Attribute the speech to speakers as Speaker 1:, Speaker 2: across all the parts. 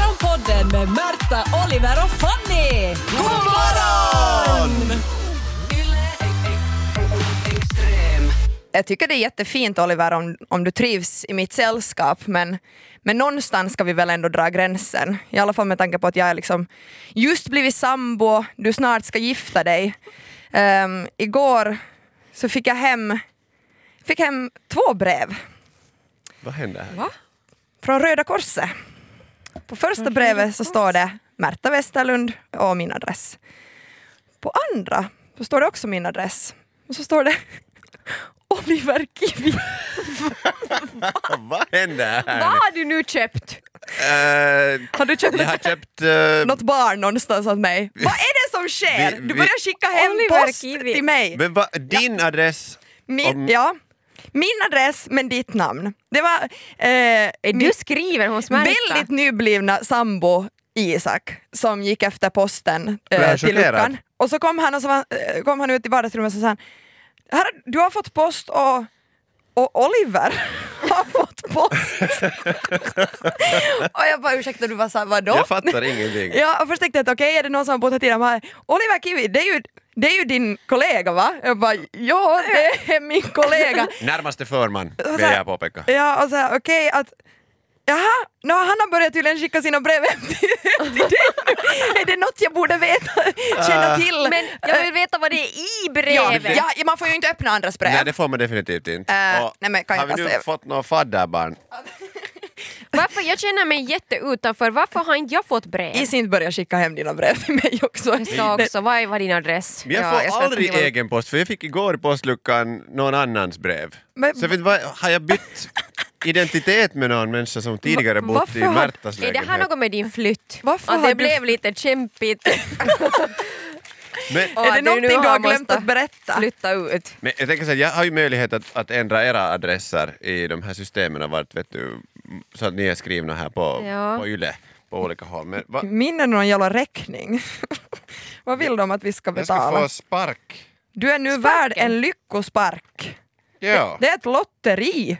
Speaker 1: Morgonpodden med Märta, Oliver och Fanny! God morgon!
Speaker 2: Jag tycker det är jättefint Oliver om, om du trivs i mitt sällskap men, men någonstans ska vi väl ändå dra gränsen. I alla fall med tanke på att jag är liksom just blivit sambo, du snart ska gifta dig. Ehm, igår så fick jag hem, fick hem två brev
Speaker 3: Vad hände här?
Speaker 2: från Röda Korset. På första brevet så står det Märta Westerlund och min adress. På andra så står det också min adress. Och så står det Oliver Kivi.
Speaker 3: Vad hände här?
Speaker 4: Vad har du nu köpt?
Speaker 3: Eh,
Speaker 2: Har du köpt
Speaker 3: jag har köpt... eh,
Speaker 2: något barn någonstans åt mig? Vad är det som sker?
Speaker 3: Vi- vi-
Speaker 2: Du börjar skicka hem
Speaker 4: Oliver
Speaker 2: post
Speaker 4: Kivi.
Speaker 2: till mig.
Speaker 3: men va, din adress?
Speaker 2: Min,
Speaker 3: Om-
Speaker 2: ja, min adress men ditt namn. Det var eh, min
Speaker 4: Du skriver hos Märta.
Speaker 2: väldigt nyblivna sambo Isak som gick efter posten
Speaker 3: Jag
Speaker 2: eh,
Speaker 3: är
Speaker 2: till
Speaker 3: chockerad.
Speaker 2: luckan. Och så kom han, och så var, eh, kom han ut i vardagsrummet och så sa han, Här, du har fått post och, och Oliver har fått post. och jag bara ursäkta, du var såhär vadå?
Speaker 3: Jag fattar ingenting.
Speaker 2: Ja, och först tänkte jag att okej, är det någon som har bott här tidigare? Men Oliver Kivi, det är, ju, det är ju din kollega va? Jag bara, ja det är min kollega.
Speaker 3: Närmaste förman,
Speaker 2: Och
Speaker 3: vill
Speaker 2: så här-
Speaker 3: jag påpeka.
Speaker 2: Ja, och så här, okej att Jaha, no, han har börjat tydligen skicka sina brev hem till, till dig nu. Är det något jag borde veta,
Speaker 3: Äh.
Speaker 2: känna till? Äh.
Speaker 4: Men jag vill veta vad Eh, det är i
Speaker 2: ja,
Speaker 4: brevet.
Speaker 2: ja, man får ju inte öppna andras brev.
Speaker 3: Nej, det får man definitivt inte.
Speaker 2: Eh,
Speaker 3: Och
Speaker 2: nej, men kan jag
Speaker 3: har vi nu
Speaker 2: kasta-
Speaker 3: fått några fadderbarn?
Speaker 4: Varför, jag känner mig jätteutanför. Varför har inte jag fått brev?
Speaker 2: Is inte börja skicka hem dina brev till mig också.
Speaker 4: Jag ska också. Vad är- vad är din adress?
Speaker 3: Men jag
Speaker 2: Ja,
Speaker 3: får
Speaker 2: jag ska
Speaker 3: aldrig
Speaker 2: skriva upp.
Speaker 3: egen post, för jag fick igår i postluckan någon annans brev.
Speaker 2: Men-
Speaker 3: Så jag vet, vad, har jag bytt identitet med någon människa som tidigare
Speaker 2: Va-
Speaker 3: bott i
Speaker 2: varför har-
Speaker 3: Märtas
Speaker 4: Är det här
Speaker 3: lägenhet?
Speaker 4: något med din flytt?
Speaker 2: Varför
Speaker 4: att
Speaker 2: har
Speaker 4: det
Speaker 2: du-
Speaker 4: blev lite kämpigt
Speaker 3: Men,
Speaker 4: och
Speaker 2: Är
Speaker 4: att
Speaker 2: det
Speaker 4: du
Speaker 2: någonting
Speaker 4: nu
Speaker 2: du har
Speaker 4: måste
Speaker 2: glömt att berätta?
Speaker 4: flytta ut?
Speaker 3: men jag tänker så här, jag har ju möjlighet att, att ändra era adresser i de här systemen vart, vet du, så att ni är skrivna här på,
Speaker 4: Ja.
Speaker 3: på YLE på olika håll. Men, va,
Speaker 2: Min är någon jävla räkning. Vad vill de att vi ska
Speaker 3: jag ska
Speaker 2: betala?
Speaker 3: få spark.
Speaker 2: Du är nu värd en lyckospark.
Speaker 3: Ja.
Speaker 2: Det är ett lotteri.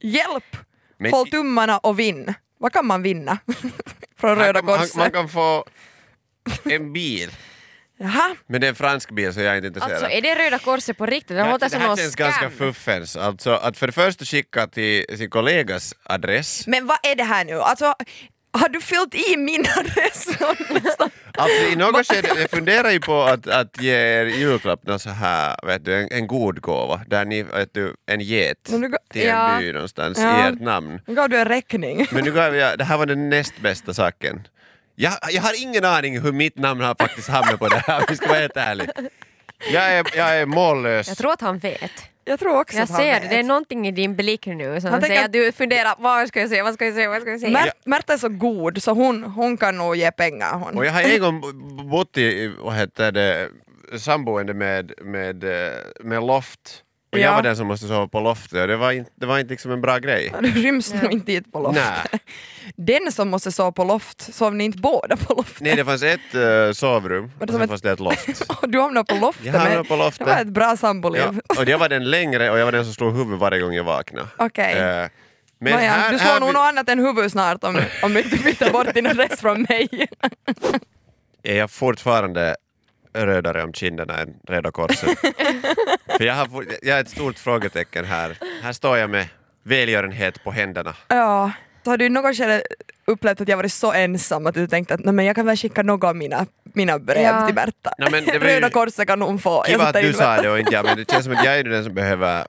Speaker 2: Hjälp!
Speaker 3: Men
Speaker 2: Håll
Speaker 3: i-
Speaker 2: tummarna och vinn. Vad kan man vinna? Från
Speaker 3: Man
Speaker 2: Röda
Speaker 3: kan, man,
Speaker 2: Korset.
Speaker 3: man kan få en bil,
Speaker 2: Jaha,
Speaker 3: men det är en fransk bil så jag är inte intresserad.
Speaker 4: Alltså är det Röda Korset på riktigt? Det
Speaker 3: här-
Speaker 4: låter
Speaker 3: det
Speaker 4: som
Speaker 3: här
Speaker 4: någon
Speaker 3: känns
Speaker 4: scam.
Speaker 3: ganska fuffens. Alltså att för det första skicka till sin kollegas adress.
Speaker 2: men vad är det här nu? Alltså, har du fyllt i min adress?
Speaker 3: Alltså i något skede, jag funderar ju på att, att ge er julklapp någon så här, vet du, en, en god gåva, där ni, vet du, en get
Speaker 2: Men du går-
Speaker 3: till en
Speaker 4: Ja.
Speaker 3: by någonstans
Speaker 2: Ja.
Speaker 3: i ert namn.
Speaker 2: Nu gav du en räkning.
Speaker 3: Men nu gav jag, det här var den näst bästa saken. Jag, jag har ingen aning hur mitt namn har faktiskt hamnat på det här, vi ska vara helt ärliga. Jag är, jag är mållös.
Speaker 4: Jag tror att han vet.
Speaker 2: Jag tror också
Speaker 4: Jag
Speaker 2: att han
Speaker 4: ser det,
Speaker 2: vet.
Speaker 4: det är någonting i din blick nu som
Speaker 2: Han tänker
Speaker 4: säger
Speaker 2: att-
Speaker 4: att du funderar, vad ska jag säga, vad ska jag säga, vad ska jag säga?
Speaker 2: Mär- Märta är så god så hon, hon kan nog ge pengar. Hon.
Speaker 3: Och jag har en gång b- bott i, vad heter det, samboende med, med, eh, med loft. Och jag
Speaker 2: Ja.
Speaker 3: var den som måste sova på loftet och det var inte, det var inte liksom en bra grej.
Speaker 2: Du ryms nog inte hit på loft.
Speaker 3: Nej.
Speaker 2: Den som måste sova på loft, sov ni inte båda på loft?
Speaker 3: Nej, det fanns ett eh, sovrum och
Speaker 2: som
Speaker 3: sen
Speaker 2: ett-
Speaker 3: fanns det ett loft.
Speaker 2: Och du hamnade på loftet.
Speaker 3: Jag
Speaker 2: med-
Speaker 3: hamnade på loftet.
Speaker 2: Det var ett bra samboliv.
Speaker 3: Ja, och jag var den längre och jag var den som slog huvudet varje gång jag vaknade.
Speaker 2: Okej.
Speaker 3: Eh, men
Speaker 2: Nåja,
Speaker 3: här,
Speaker 2: du slår
Speaker 3: här
Speaker 2: nog
Speaker 3: vi-
Speaker 2: något annat än huvud snart om, om du inte byter bort din adress från mig.
Speaker 3: är jag fortfarande rödare om kinderna än Röda Korset. För jag, har, fort- jag är ett stort frågetecken här. Här står jag med välgörenhet på händerna.
Speaker 2: Ja. Så har du i något skede upplevt att jag varit så ensam att du tänkte att nej, men jag kan väl skicka något av mina, mina brev
Speaker 4: Ja.
Speaker 2: till Märta?
Speaker 3: Nej, men det var ju-
Speaker 2: Röda korset kan hon få.
Speaker 3: Kiva att
Speaker 2: sätter
Speaker 3: du
Speaker 2: in
Speaker 3: sa
Speaker 2: Märta.
Speaker 3: det och inte jag, men det känns som att jag är den som behöver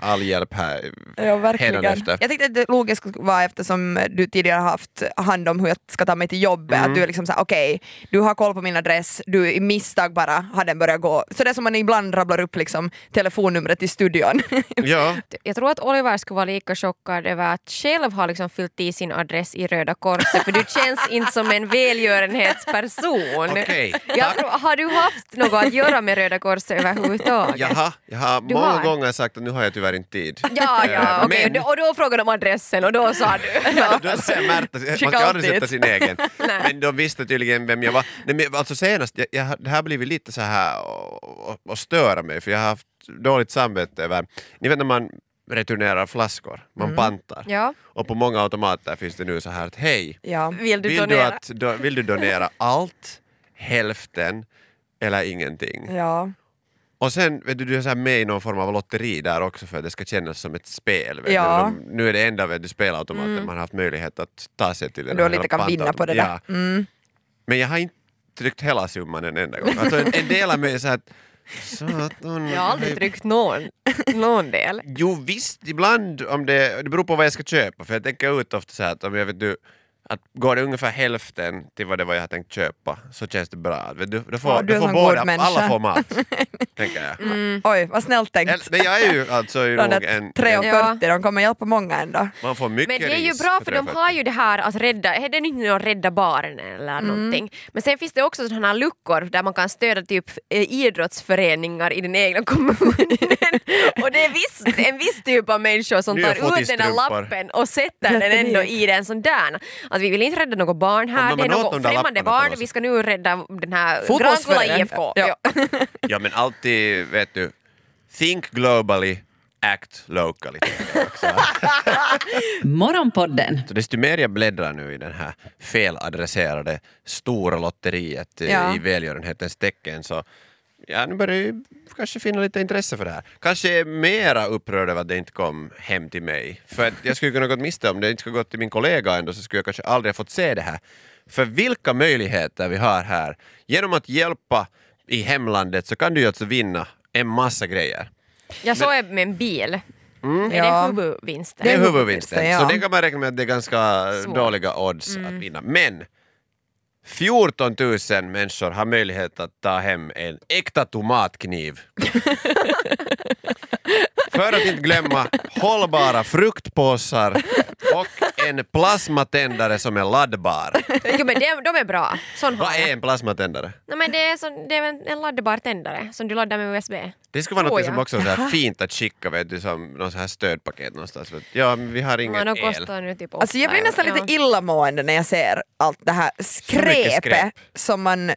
Speaker 3: all hjälp här
Speaker 2: Ja, verkligen.
Speaker 3: hädanefter.
Speaker 2: Jag tänkte att det logiskt skulle vara eftersom du tidigare haft hand om hur jag ska ta mig till jobbet, att du är liksom såhär okej, du har koll på min adress, du i misstag bara har den börjat gå. Så det är som man ibland rabblar upp liksom telefonnumret i studion.
Speaker 3: Ja,
Speaker 4: Jag tror att Oliver skulle vara lika chockad över att själv ha liksom fyllt i sin adress i Röda Korset för du känns inte som en välgörenhetsperson.
Speaker 3: Okej,
Speaker 4: Jag tror, har du haft något att göra med Röda Korset överhuvudtaget?
Speaker 3: jaha, jag har
Speaker 4: Du
Speaker 3: många
Speaker 4: har.
Speaker 3: gånger sagt att nu har jag tyvärr inte tid.
Speaker 4: Ja, ja,
Speaker 3: Eh,
Speaker 4: okej.
Speaker 3: men-
Speaker 4: Och då- Och då frågade de adressen och då sa du. Ja.
Speaker 3: Då säger Märta, man
Speaker 2: Skicka
Speaker 3: ska aldrig
Speaker 2: allt
Speaker 3: sätta
Speaker 2: dit.
Speaker 3: sin egen.
Speaker 4: Nej.
Speaker 3: Men de visste tydligen vem jag var. Nej, men alltså senast, jag, jag, har- det här har blivit lite så här och, och, och störa mig för jag har haft dåligt samvete över, ni vet när man returnerar flaskor, man pantar.
Speaker 4: Mm. Ja.
Speaker 3: Och på många automater finns det nu så här att hej,
Speaker 2: Ja.
Speaker 4: Vill du
Speaker 3: vill, du
Speaker 4: donera?
Speaker 3: att, do, vill du donera allt, hälften eller ingenting?
Speaker 2: Ja.
Speaker 3: Och sen vet du, du är så här med i någon form av lotteri där också för att det ska kännas som ett spel. Vet
Speaker 2: Ja. Mm.
Speaker 3: du? Men De, nu är det enda vet du, spelautomaten man har haft möjlighet att ta sig till. den
Speaker 2: Du har
Speaker 3: här
Speaker 2: lite kan vinna
Speaker 3: pantautomaten.
Speaker 2: på det
Speaker 3: ja.
Speaker 2: där. Mm.
Speaker 3: Men jag har inte tryckt hela summan en enda gång. Alltså en, en del av mig är så här att satan.
Speaker 4: Jag har aldrig tryckt någon, någon del.
Speaker 3: Jo visst, ibland om det, det beror på vad jag ska köpa för jag tänker ut ofta så här att om jag vet du att går det ungefär hälften till vad det var jag har tänkt köpa så känns det bra. Vet du, då får,
Speaker 2: Ja, du är
Speaker 3: då får
Speaker 2: en sån god
Speaker 3: båda,
Speaker 2: människa. Mm.
Speaker 3: alla får mat. tänker jag.
Speaker 2: Oj, vad snällt tänkt.
Speaker 3: Eller, men jag är ju alltså ju
Speaker 2: Från
Speaker 3: nog
Speaker 2: ett
Speaker 3: en,
Speaker 2: 3,40,
Speaker 3: en,
Speaker 2: de kommer hjälpa många ändå.
Speaker 3: man får mycket
Speaker 4: Men det är ju
Speaker 3: ris
Speaker 4: bra för
Speaker 3: tre
Speaker 4: de
Speaker 3: fötter.
Speaker 4: har ju det här att rädda, det är inte någon rädda barnen eller någonting. Men sen finns det också sådana här luckor där man kan stödja typ eh, idrottsföreningar i den egna kommunen. och det är viss, en viss typ av människor som
Speaker 3: Nu har jag
Speaker 4: tar
Speaker 3: fått i
Speaker 4: ut den där
Speaker 3: strumpor.
Speaker 4: lappen och sätter den
Speaker 2: Jättefint.
Speaker 4: ändå i den sån där. Att vi vill inte rädda något barn här,
Speaker 3: men
Speaker 4: det är
Speaker 3: man åt de
Speaker 4: något
Speaker 3: där
Speaker 4: främmande
Speaker 3: lapparna på
Speaker 4: barn,
Speaker 3: något
Speaker 4: vi
Speaker 3: sätt.
Speaker 4: ska nu rädda den här Grankulla
Speaker 2: Fotbollsföreningen.
Speaker 4: IFK.
Speaker 2: Ja.
Speaker 4: Ja.
Speaker 3: Ja men alltid vet du, think globally, act locally. tänker jag också.
Speaker 1: Morgonpodden
Speaker 3: Så desto mer jag bläddrar nu i den här feladresserade stora lotteriet eh,
Speaker 2: Ja.
Speaker 3: i välgörenhetens tecken så ja, nu börjar jag ju kanske finna lite intresse för det här. Kanske är mera upprörd över att det inte kom hem till mig. För att jag skulle kunna gått miste om det inte skulle gått till min kollega ändå så skulle jag kanske aldrig ha fått se det här. För vilka möjligheter vi har här. Genom att hjälpa i hemlandet så kan du ju alltså vinna en massa grejer.
Speaker 4: Jag såg med en bil.
Speaker 3: Mm.
Speaker 4: Är
Speaker 2: Ja.
Speaker 4: det huvudvinsten?
Speaker 3: Det är
Speaker 2: huvudvinsten,
Speaker 3: huvudvinsten.
Speaker 2: ja.
Speaker 3: Så det kan man räkna med att det är ganska
Speaker 4: Svårt.
Speaker 3: dåliga odds att vinna. Men 14 000 människor har möjlighet att ta hem en äkta tomatkniv. För att inte glömma hållbara fruktpåsar och en plasmatändare som är laddbar.
Speaker 4: Jo men de, de är bra. Sån har
Speaker 3: Vad
Speaker 4: jag.
Speaker 3: är en plasmatändare?
Speaker 4: Nej, men det, är som, det är en- en laddbar tändare som du laddar med USB.
Speaker 3: Det skulle vara
Speaker 4: Tror
Speaker 3: något som
Speaker 4: jag.
Speaker 3: också är så här fint att skicka, vet du, som någon så här stödpaket någonstans. Ja, men vi har
Speaker 4: Men
Speaker 3: ingen
Speaker 4: de
Speaker 3: el.
Speaker 4: kostar nu typ
Speaker 2: Alltså jag blir
Speaker 4: åtta
Speaker 2: nästan
Speaker 4: euro.
Speaker 2: lite illamående när jag ser allt det här skräpet
Speaker 3: skräp.
Speaker 2: som man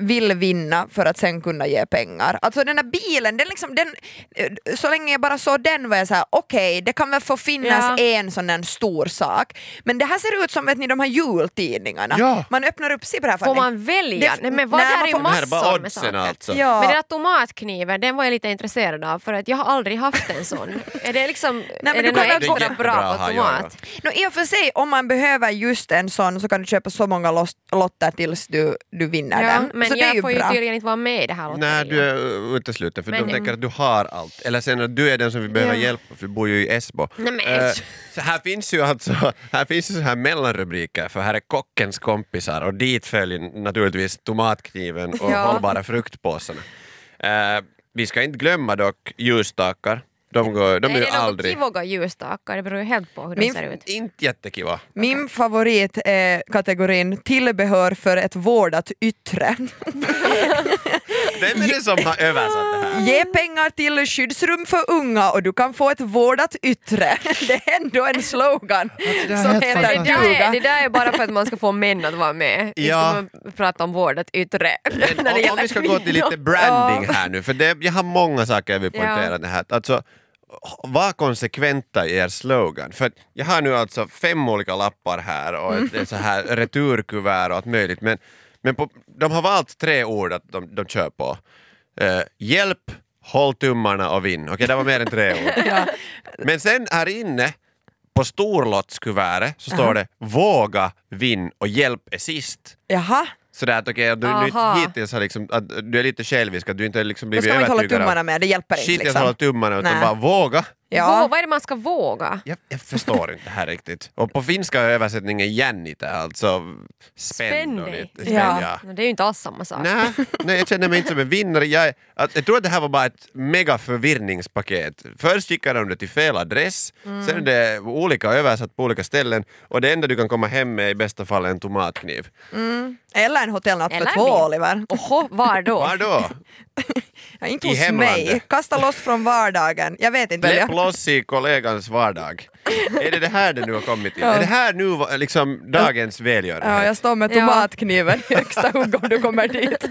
Speaker 2: vill vinna för att sen kunna ge pengar. Alltså den där bilen, den liksom, den, eh, så länge jag bara såg den var jag såhär okej, det kan väl få finnas
Speaker 4: Ja.
Speaker 2: en sån där stor sak. Men det här ser ut som vet ni, de här jultidningarna.
Speaker 3: Ja.
Speaker 2: Man öppnar upp, se på det här
Speaker 4: Får
Speaker 2: Fanny.
Speaker 4: man välja?
Speaker 2: Det-
Speaker 4: Nej men vad
Speaker 2: nej,
Speaker 4: där
Speaker 2: man
Speaker 4: är
Speaker 2: får-
Speaker 4: ju
Speaker 3: Det här är bara
Speaker 4: massor med
Speaker 3: oddsen
Speaker 4: saker.
Speaker 3: alltså.
Speaker 2: Ja.
Speaker 4: Men den där tomatkniven, den var jag lite intresserad av för att jag har aldrig haft en sån. är det liksom,
Speaker 2: men
Speaker 4: är
Speaker 2: du
Speaker 4: det
Speaker 2: kan
Speaker 4: något
Speaker 2: väl gå-
Speaker 4: extra
Speaker 3: Jättebra
Speaker 4: bra på
Speaker 3: har jag,
Speaker 4: tomat?
Speaker 2: No, I och för sig, om man behöver just en sån så kan du köpa så många los- lotter tills du, du vinner
Speaker 4: Ja,
Speaker 2: den.
Speaker 4: men
Speaker 2: så det är
Speaker 4: jag
Speaker 2: ju
Speaker 4: får ju
Speaker 2: bra.
Speaker 4: tydligen inte vara med i det här
Speaker 3: Nej,
Speaker 4: lotteriet.
Speaker 3: du är utesluten för
Speaker 4: Men-
Speaker 3: de tänker att du har allt. Eller sen att du är den som vi behöver
Speaker 4: Ja.
Speaker 3: hjälp för du bor ju i Esbo.
Speaker 4: Nej, men-
Speaker 3: Eh, så här finns ju alltså här finns ju så här mellanrubriker för här är kockens kompisar och dit följer naturligtvis tomatkniven och
Speaker 4: Ja.
Speaker 3: hållbara fruktpåsarna. Eh, vi ska inte glömma dock ljusstakar. De, går, de är,
Speaker 4: är
Speaker 3: ju
Speaker 4: det något
Speaker 3: aldrig...
Speaker 4: kivoga ljusstakar? Det beror ju helt på hur
Speaker 2: Min-
Speaker 4: de ser ut.
Speaker 3: Inte jättekiva.
Speaker 2: Min favorit är kategorin tillbehör för ett vårdat yttre.
Speaker 4: Mm.
Speaker 3: Vem är det som har översatt det här?
Speaker 2: Ge pengar till skyddsrum för unga och du kan få ett vårdat yttre. Det är ändå en slogan
Speaker 3: det är
Speaker 2: som
Speaker 3: helt
Speaker 2: heter
Speaker 4: Det där, är, det
Speaker 2: duga.
Speaker 4: där är bara för att man ska få män att vara med.
Speaker 3: Ja.
Speaker 4: Ja. Man prata om vårdat yttre.
Speaker 3: Men om, om vi ska gå till lite branding här nu, för det, jag har många saker jag vill
Speaker 4: Ja.
Speaker 3: poängtera. Det här. Alltså, var konsekventa i er slogan. För att jag har nu alltså fem olika lappar här och ett, ett så här returkuvert och allt möjligt. Men, men på, de har valt tre ord att de, de kör på. Eh, hjälp, håll tummarna och vinn. Okej, det var mer än tre ord. Men sen här inne på storlottskuvertet så står det våga, vinn och hjälp är sist
Speaker 2: Jaha,
Speaker 3: sådär att okej, att du nu
Speaker 4: Aha.
Speaker 3: inte hittills har liksom, att du är lite självisk, att du inte har liksom
Speaker 2: då
Speaker 3: blivit
Speaker 2: ska man inte hålla
Speaker 3: övertygad
Speaker 2: tummarna
Speaker 3: av
Speaker 2: med, det hjälper
Speaker 3: shit,
Speaker 2: inte.
Speaker 3: jag ska hålla
Speaker 2: Liksom.
Speaker 3: tummarna utan
Speaker 2: Nej.
Speaker 3: bara våga.
Speaker 4: Vå,
Speaker 2: Ja.
Speaker 4: vad är det man ska våga?
Speaker 3: Jag, jag förstår inte det här riktigt. Och på finska är översättningen jännite, alltså spänd och
Speaker 4: Spänn dig.
Speaker 3: lite. Spänn,
Speaker 2: Ja.
Speaker 3: ja.
Speaker 4: No, det är ju inte alls samma sak.
Speaker 3: Nej, nej, jag känner mig inte som en vinnare. Jag, är- att, jag tror att det här var bara ett mega förvirringspaket. Först skickade de det till fel adress,
Speaker 2: Mm.
Speaker 3: sen är det olika översatt på olika ställen och det enda du kan komma hem med är i bästa fall en tomatkniv.
Speaker 2: Eller en hotellnatt
Speaker 4: Eller
Speaker 2: för två,
Speaker 4: min.
Speaker 2: Oliver.
Speaker 4: Oho, var då?
Speaker 3: Var då?
Speaker 2: Ja, inte
Speaker 3: I
Speaker 2: hos
Speaker 3: hemlandet.
Speaker 2: mig. Kasta loss från vardagen. Jag vet inte. väl
Speaker 3: Släpp
Speaker 2: jag-
Speaker 3: loss i kollegans vardag. Är det det här det nu har kommit till? Är det här nu va- liksom dagens
Speaker 2: Ja, jag
Speaker 3: välgörenhet?
Speaker 2: står med
Speaker 4: Ja.
Speaker 2: tomatkniven i högsta hugg om du kommer dit.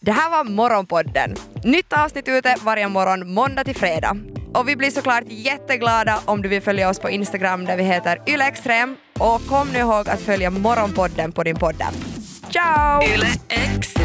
Speaker 2: Det här var Morgonpodden. Nytt avsnitt ute varje morgon måndag till fredag. Och vi blir såklart jätteglada om du vill följa oss på Instagram där vi heter ylextrem. Och kom nu ihåg att följa Morgonpodden på din poddapp. Ciao!
Speaker 1: Yle Extra.